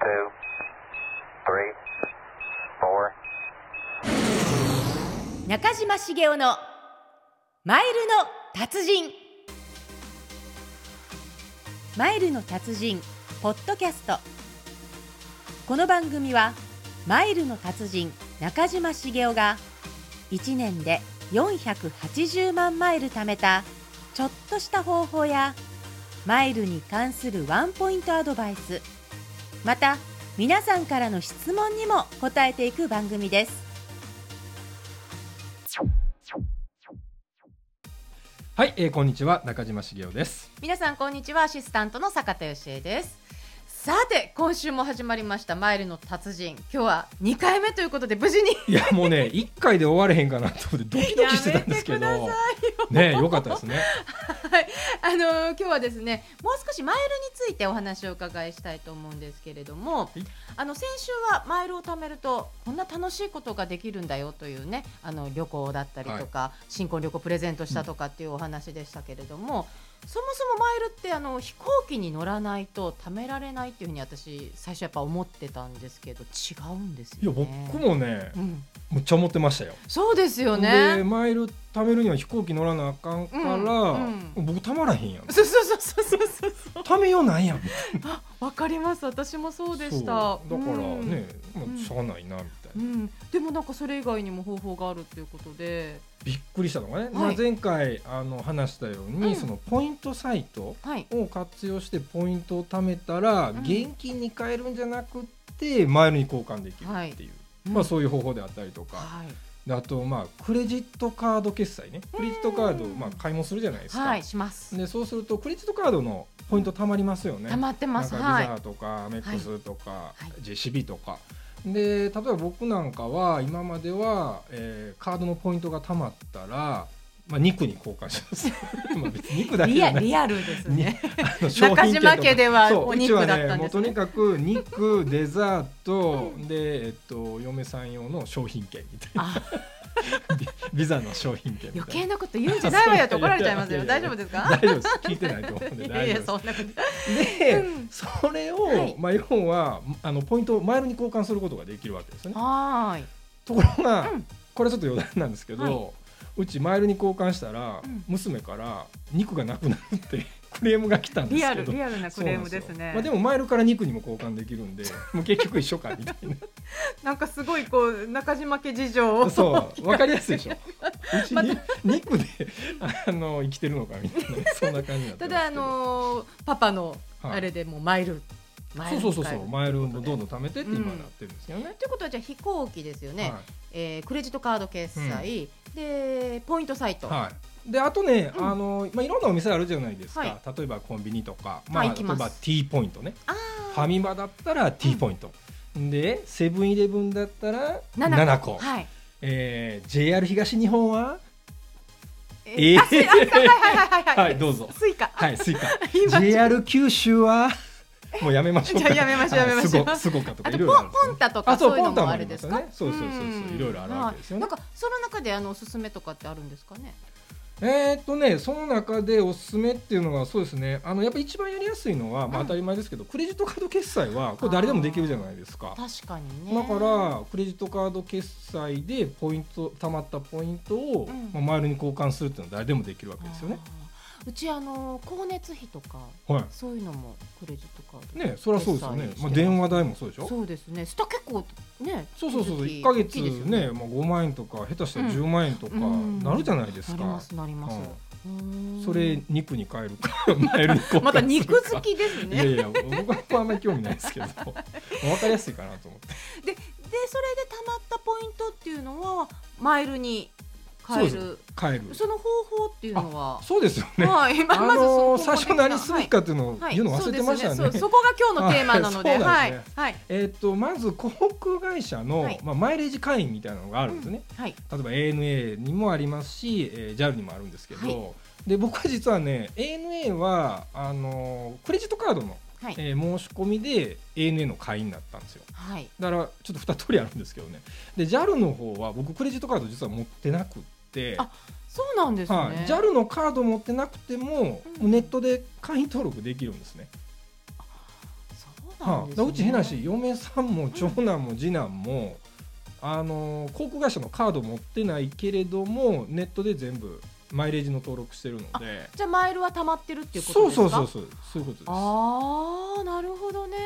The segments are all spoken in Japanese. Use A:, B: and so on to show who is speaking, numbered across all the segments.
A: two, three, four.
B: 中島茂雄のマイルの達人マイルの達人ポッドキャストこの番組はマイルの達人中島茂雄が1年で480万マイル貯めたちょっとした方法やマイルに関するワンポイントアドバイスまた皆さんからの質問にも答えていく番組です
C: はい、えー、こんにちは中島茂雄です。
D: 皆さんこんにちはアシスタントの坂田芳恵ですさて今週も始まりましたマイルの達人今日は2回目ということで無事に
C: いやもう ね一回で終われへんかなと思ってドキドキしてたんですけど
D: やめてくださ
C: ね良かったですね。
D: あのー今日はですねもう少しマイルについてお話をお伺いしたいと思うんですけれども、
C: い
D: あの先週はマイルを貯めるとこんな楽しいことができるんだよというねあの旅行だったりとか、新婚旅行プレゼントしたとかっていうお話でしたけれども、そもそもマイルってあの飛行機に乗らないと貯められないっていうふうに私最初やっぱ思ってたんですけど違うんです
C: いや
D: よ
C: 僕
D: ね。
C: もね
D: うん、
C: むっちゃ思ってましたよ。
D: そうですよ
C: で
D: ね。
C: マイル貯めるには飛行機乗らなあかんから、
D: うんう
C: 僕たまらへんやん。
D: そうそうそうそうそうそうそう。
C: 貯めようないやん。
D: あ、わかります。私もそうでした。
C: そうだから
D: うん
C: ね、ま
D: うん
C: あ、しゃあないなみた
D: う
C: いな、
D: ん、でもなんかそれ以外にも方法があるっていうことで、
C: びっくりしたのがね、まあ
D: はい
C: 前回あの話したように、
D: うん
C: そのポイントサイト
D: はい、
C: を活用してポイントを貯めたら、
D: ん
C: 現金に換えるんじゃなくってマイルに交換できるっていう、まあ、そういう方法であったりとか、
D: はい、
C: であとまあクレジットカード決済ねクレジットカードを
D: うん
C: まあ買い物するじゃないですか、
D: はい、します。
C: でそうするとクレジットカードのポイント貯まりますよね。
D: 溜まってます。
C: なんか
D: は
C: ビ
D: い、
C: ザとかアメックスとか、
D: い
C: JCB とかで例えば僕なんかは今までは、えーカードのポイントが貯まったら、まあ、肉に交換します まあ別に肉だけじ
D: リ
C: ゃ
D: ア
C: ない
D: リアルですね。
C: あの商品券とか
D: 中島家では
C: そう
D: お
C: うち
D: 肉
C: は
D: だったんですね
C: もうとにかく肉 デザートで、えっと、嫁さん用の商品券みたいな
D: あ、
C: ビビザの商品券み
D: 余
C: たい
D: 計
C: な
D: なこと言うんじゃないわよって怒られちゃいます
C: いや
D: よ。
C: いやい
D: 大
C: や
D: 丈夫です
C: 大
D: か？
C: 丈夫です聞いてないと思うん で
D: いやい
C: 大
D: や
C: 丈
D: そ
C: 夫
D: んなこと。
C: ですで、
D: うん
C: それを、
D: はい
C: まあ、要はあのポイントをマイルに交換することができるわけですね
D: はーい。
C: ところが、
D: うん
C: これちょっと余談なんですけど、
D: は
C: うちマイルに交換したら、
D: うん
C: 娘から肉がなくなるってクレームが来たんですけど
D: リアルリアルなクレームです
C: そうな
D: ね。
C: んよまあ、でもマイルから肉にも交換できる んでもう結局一緒かみたい
D: なんかすごいこう中島家事情
C: な
D: を。
C: そう分かりやすいでしょ うちに肉であの生きてるのかみたい なそんな感じになってますけ
D: た
C: ど
D: だあのーパパの
C: はい
D: あれでもうマイル、マイ
C: そ
D: ル
C: うそうそうそう
D: と
C: マイルもどんどん貯めてって今なってるんですよね、
D: いうことはじゃあ飛行機ですよね。
C: は
D: えークレジットカード決済、でポイントサイ
C: い、
D: ト、
C: はい、であとね、
D: うん
C: あのまあ、いろんなお店あるじゃないですか、
D: は
C: 例えばコンビニとか、まあ、
D: 行
C: 例
D: き
C: え
D: ます
C: ば T ポイントね
D: あ
C: ファミマだったら T ポイント、でセブンイレブンだったら
D: 七
C: 7個、
D: はい
C: えー、JR 東日本は
D: え
C: えー
D: あすいあはいはいはいはい、
C: はいどうぞ
D: スイカ
C: はいスイカ
D: 今
C: JR 九州は もうやめましょうか
D: じゃあやめましょう
C: はい
D: やめましょう
C: すごすごかとか
D: あ
C: い
D: と
C: ろい
D: ポ
C: ろあ
D: ン
C: るんです
D: ポンタとか
C: あそ
D: そうういうの
C: ポンタ
D: も
C: もあ
D: あ
C: り
D: れ
C: ま
D: ですす
C: よ
D: か
C: ねそうそうそうそうんいろいろあるわけですよね
D: はいなんかその中であのおすすめとかってあるんですかね
C: えーっとねその中でおすすめっていうのはそうですねあのやっぱ一番やりやすいのは、まあ、
D: うん
C: 当たり前ですけど、クレジットカード決済はこれ誰でもできるじゃないですか
D: 確かにね
C: だからクレジットカード決済でポイント貯まったポイントを、
D: うん
C: まあ、マイルに交換するっていうのは誰でもできるわけですよね。
D: あーうちあの光熱費とか
C: はい
D: そういうのもクレジットカード
C: ね、そりゃそうですよね
D: 決済し、て
C: まあ、
D: ます
C: 電話代もそうでしょ
D: そうですね下結構ね
C: そうそうそうそ
D: 手続
C: う1
D: き
C: か月
D: 大きいですよ
C: ね、まあ、5万円とか下手したら10万円とか
D: うん
C: なるじゃないです
D: なり
C: か、
D: ますなります、
C: はいう
D: ーん
C: それ肉に変えるか マイルに交換するか
D: また肉好きです
C: いや
D: ね
C: いや僕はあんまり興味ないですけど分かりやすいかなと思って
D: ででそれで貯まったポイントっていうのはマイルに変え
C: そう
D: る
C: 変える
D: その方法っていうのは、
C: そうですよ ね、
D: はいま
C: あ
D: まずそこ
C: の
D: も
C: ー
D: できた
C: 最初何すべきかっていうのを
D: はい
C: 言うの忘れてましたね,、
D: そうですそうそこが今日のテーマなので
C: あそうなん
D: はい
C: ですね
D: はい
C: えー、とまず航空会社の、
D: はい
C: まあ、マイレージ会員みたいなのがあるんですね、
D: はい
C: 例えば ANA にもありますし、えー JAL にもあるんですけど、
D: は
C: で僕は実はね ANA はあのークレジットカードの、
D: はい
C: えー申し込みで ANA の会員になったんですよ
D: はい
C: だからちょっと2通りあるんですけどねで JAL の方は僕クレジットカード実は持ってなくって
D: あそうなんですね、
C: はい、JAL のカード持ってなくても,、
D: うん
C: もうネットで会員登録できるんですね
D: そうなん
C: は
D: で
C: あ
D: す、
C: だからうち変な
D: ね
C: し嫁さんも長男も次男も、あのー航空会社のカード持ってないけれどもネットで全部マイレージの登録してるので
D: じゃあマイルは溜まってるっていうこと
C: そ
D: です
C: う
D: か
C: そうそうそうそういうことです
D: ああなるほどね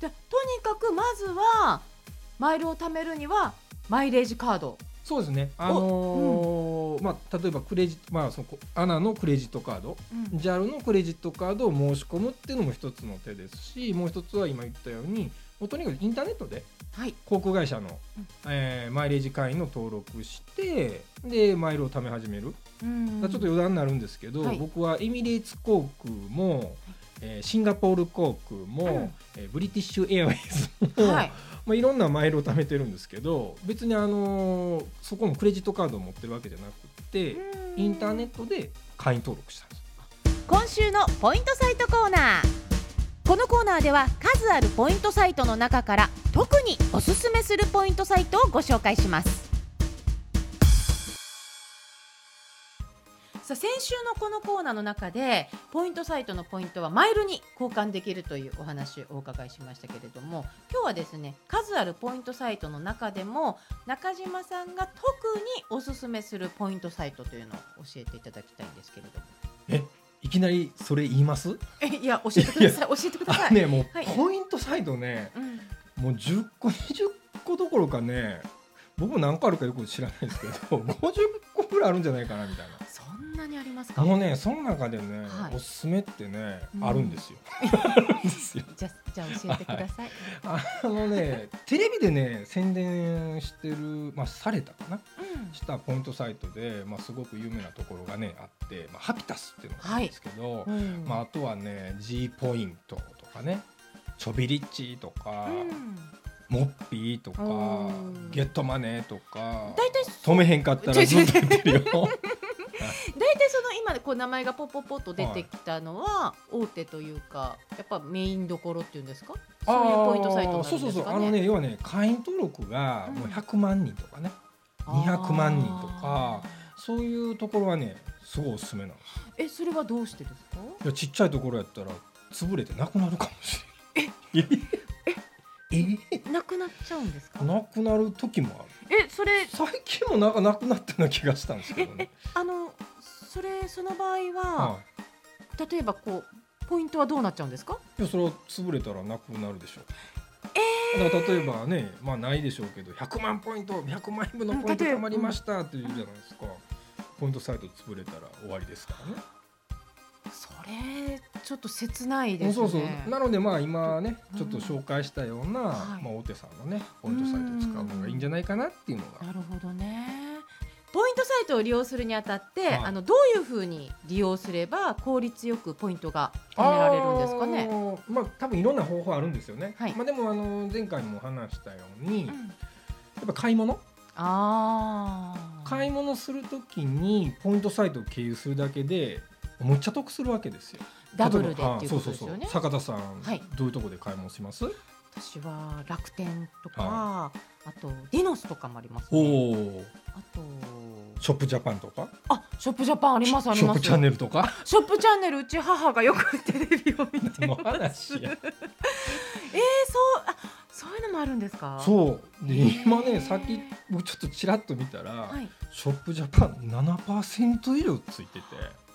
D: じゃあとにかくまずはマイルを貯めるにはマイレージカード
C: そうですねあのーまあ例えばクレジットまあそのアナのクレジットカード
D: うん
C: JAL のクレジットカードを申し込むっていうのも一つの手ですしもう一つは今言ったようにもうとにかくインターネットで
D: はい
C: 航空会社の、
D: うん
C: えーマイレージ会員の登録ちょっとでマイルを貯め始める、
D: うん
C: ちょっと余談になるんですけど、
D: はい
C: 僕はエミレーツ航空も、えーシンガポール航空も、
D: うん
C: えーブリティッシュエアウェイズも、
D: はいい
C: まあ、いろんなマイルを貯めてるんですけど別に、あのーそこのクレジットカードを持ってるわけじゃなくて、インターネットで会員登録したんです。
B: 今週のポイントサイトコーナーこのコーナーでは数あるポイントサイトの中から特におすすめするポイントサイトをご紹介します
D: さあ先週のこのコーナーの中でポイントサイトのポイントはマイルに交換できるというお話をお伺いしましたけれども今日はですね数あるポイントサイトの中でも中島さんが特におすすめするポイントサイトというのを教えていただきたいんですけれども
C: いきなりそれ言います
D: えいや教えてください教えてくださ
C: あ
D: い、
C: ねもう、
D: はい
C: ポイントサイトね、
D: うん
C: もう10個20個どころかね僕も何個あるかよく知らないですけど 50個ぐらいあるんじゃないかなみたいな
D: そんなにありますか
C: もうねその中でね、
D: はい
C: おすすめってね、
D: うん
C: あるんですよあるん ですよ
D: じゃあじゃあ教えてください、
C: あのねテレビでね宣伝してるまあされたかな
D: うん
C: したポイントサイトで、まあ、すごく有名なところがねあって、まあ、ハピタスっていうのがあるんですけど、
D: うん
C: まあ、あとはね G ポイントとかねちょびりっちとか、
D: うん
C: モッピーとか
D: うん
C: ゲットマネーとか
D: 大体
C: 止めへんかったらずっと言ってるよ
D: 大体その今こう名前がポポポッと出てきたのは大手というかやっぱメインどころっていうんですかそういうポイントサイトなんですかね
C: あーそうそうそうあのね要はね会員登録がもう100万人とかね、200万人とか
D: あ
C: そういうところはねすごいおすすめなんです
D: ーえそれはどうしてですか
C: いやちっちゃいところやったら潰れてなくなるかもしれないええ
D: なくなっちゃうんですか
C: なくなる時もある
D: えそれ
C: 最近もなんかなくなったような気がしたんですけ
D: え
C: ど
D: え
C: ね、
D: あのそれその場合
C: は
D: は、例えばこうポイントはどうなっちゃうんですか
C: い、いやそれは潰れたらなくなるでしょうだから例えばね、まあないでしょうけど、100万ポイント、100万円分のポイント
D: うん例えば
C: 貯まりましたっていうじゃないですか。ポイントサイト潰れたら終わりですからね。
D: それちょっと切ないですね
C: そうそう。なのでまあ今ね、
D: うん
C: ちょっと紹介したような、
D: はい
C: まあ大手さんのね、ポイントサイト使うのがいいんじゃないかなっていうのが。
D: なるほどね。ポイントサイトを利用するにあたって、
C: はい
D: あのどういうふうに利用すれば効率よくポイントが貯められるんですかね。
C: あーまあ多分いろんな方法あるんですよね。
D: はい
C: まあでもあの前回も話したように、
D: う
C: や
D: ん
C: っぱ買い物、
D: ああ。
C: 買い物するときにポイントサイトを経由するだけで、むっちゃ得するわけですよ。
D: ダブルで
C: 例えばは
D: っていうことです
C: そうそ
D: よ
C: う
D: ね
C: そう。坂田さん、
D: はい
C: どういうとこで買い物します
D: 私は楽天とか、
C: は
D: あとディノスとかもあります、
C: お
D: ね。
C: お
D: あと。
C: ショップジャパンとか
D: あ、ショップジャパンありますあり
C: ショッ
D: ま
C: プ
D: す。
C: チャンネルとか
D: ショップチャンネルうち母がよくテレビを見て
C: の
D: ます。
C: 話や
D: えー、そうあそういうのもあるんですか。う。
C: そうで
D: へー
C: 今ねさっき僕ちょっとちらっと見たら、
D: はい。
C: ショップジャパン7%以上ついてて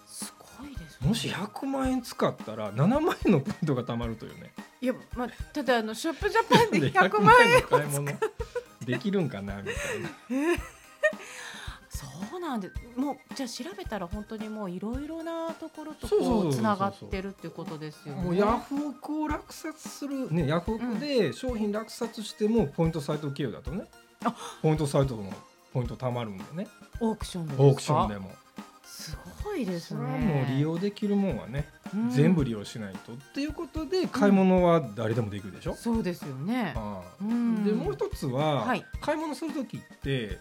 D: すごいです、ね。
C: もし100万円使ったら7万円のポイントが貯まるというね
D: いや、まあ、ただあのショップジャパンで
C: で
D: 100万円
C: の買い物できるんかなみたいな
D: そうなんでもうじゃあ調べたら本当にもういろいろなところと
C: そうそうそう
D: こ
C: そうう
D: つながってるっていうことですよね。
C: もうヤフオクを落札するねヤフオクで商品落札してもポイントサイト経由だとね、
D: あ
C: ポイントサイトのポイント貯まるんでね
D: オークションでですか
C: オークションでも
D: すごいです
C: そ
D: ね。
C: れはもう利用できるもんはね、
D: うん
C: 全部利用しないとっていうことで買い物は誰でもできるでしょ、
D: そうですよね。
C: ああ
D: うん
C: でもう一つは、
D: はい
C: 買い物する時って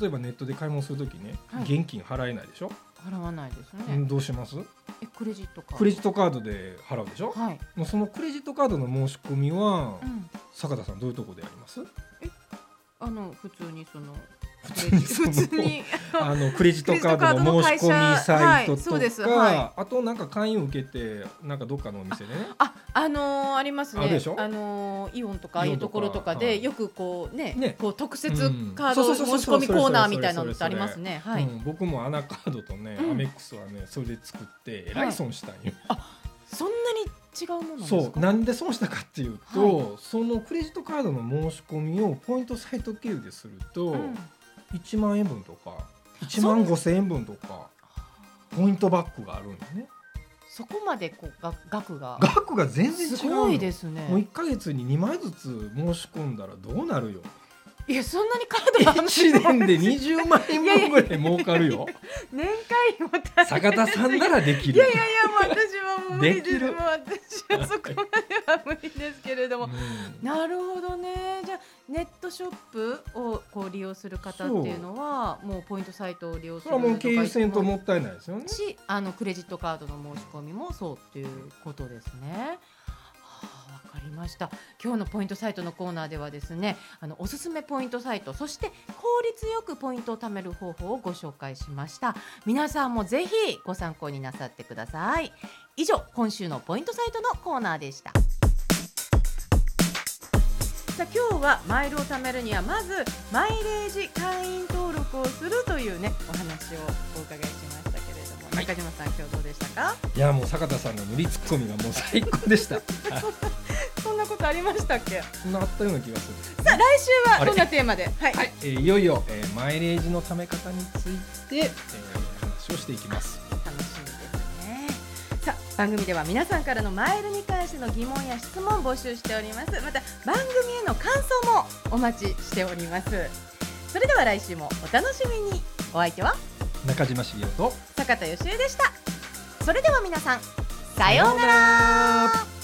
C: 例えばネットで買い物する時ね、
D: はい
C: 現金払えないでしょ、
D: 払わないです
C: う
D: ね
C: ん。どうします
D: えクレジットか。
C: クレジットカードで払うでしょ、
D: はい。
C: もうそのクレジットカードの申し込みは、
D: うん。
C: 坂田さんどういうとこでやります
D: あの普通にその
C: 普
D: クレジ
C: その
D: 普通に
C: あのクレジットカードの申し込みサイ
D: クレ
C: ト
D: ジットカードの会社はいそう
C: と
D: です
C: か、
D: は
C: あとなんか会員受けてなんかどっかのお店でね
D: ああのーありますね。
C: あるでしょ
D: のーイオンとかああいうところとか
C: イオンとかは
D: で
C: い
D: よくこうね
C: ね
D: こう特設
C: うん
D: カード
C: そ
D: 申
C: うそうそう
D: し
C: そ
D: 込
C: う
D: み
C: それ
D: コーナー
C: それ
D: みたいな
C: そ
D: の
C: れ
D: ってありますね。は
C: う
D: い。
C: ん、僕もアナカードとね、
D: うん
C: アメックスはねそれで作ってえらい損したんよ、
D: そんなに違うものなんですか。
C: そうなんで損したかっていうと、そのクレジットカードの申し込みをポイントサイト経由ですると、
D: うん
C: 1万円分とか1万5千円分とかポイントバックがあるんよね
D: そこまでこうが額が
C: 額が全然違
D: す
C: うの
D: ごいですね。
C: もう1か月に2枚ずつ申し込んだらどうなるよ
D: いやそんなにカードが
C: 1年で20万円分ぐらい儲かるよ
D: 年会費も大変
C: 坂田さんならで き
D: い
C: る
D: やいやいやもう私はもう無理で。
C: ですきる
D: もう私はそこまでは無理ですけれども。
C: うん
D: なるほどね。じゃあネットショップをこう利用する方っていうのはもうポイントサイトを利用す
C: そ
D: る
C: れはもう経由せんと
D: も
C: もったいないですよね
D: し、あのクレジットカードの申し込みもそうっていうことですね。はあわかりました。今日のポイントサイトのコーナーではですね、あのおすすめポイントサイト、そして効率よくポイントを貯める方法をご紹介しました。皆さんもぜひご参考になさってください。以上、今週のポイントサイトのコーナーでした。さあ今日はマイルを貯めるにはまずマイレージ会員登録をするというねお話をお伺いしましたけれども、中島さん今日どうでしたか
C: いやもう坂田さんの無理ツッコミがもう最高でした
D: そんなことありましたっけさ
C: そんなあったような気がする
D: あ来週は
C: あれ
D: どんなテーマではい、
C: はい、えーいよいよ、えーマイレージのため方について、えー話をしていきます。
D: 楽しみですねさあ番組では皆さんからのマイルに関しての疑問や質問を募集しておりますまた番組への感想もお待ちしておりますそれでは来週もお楽しみにお相手は
C: 中島茂雄と
D: 坂田よしでしたそれでは皆さんさようなら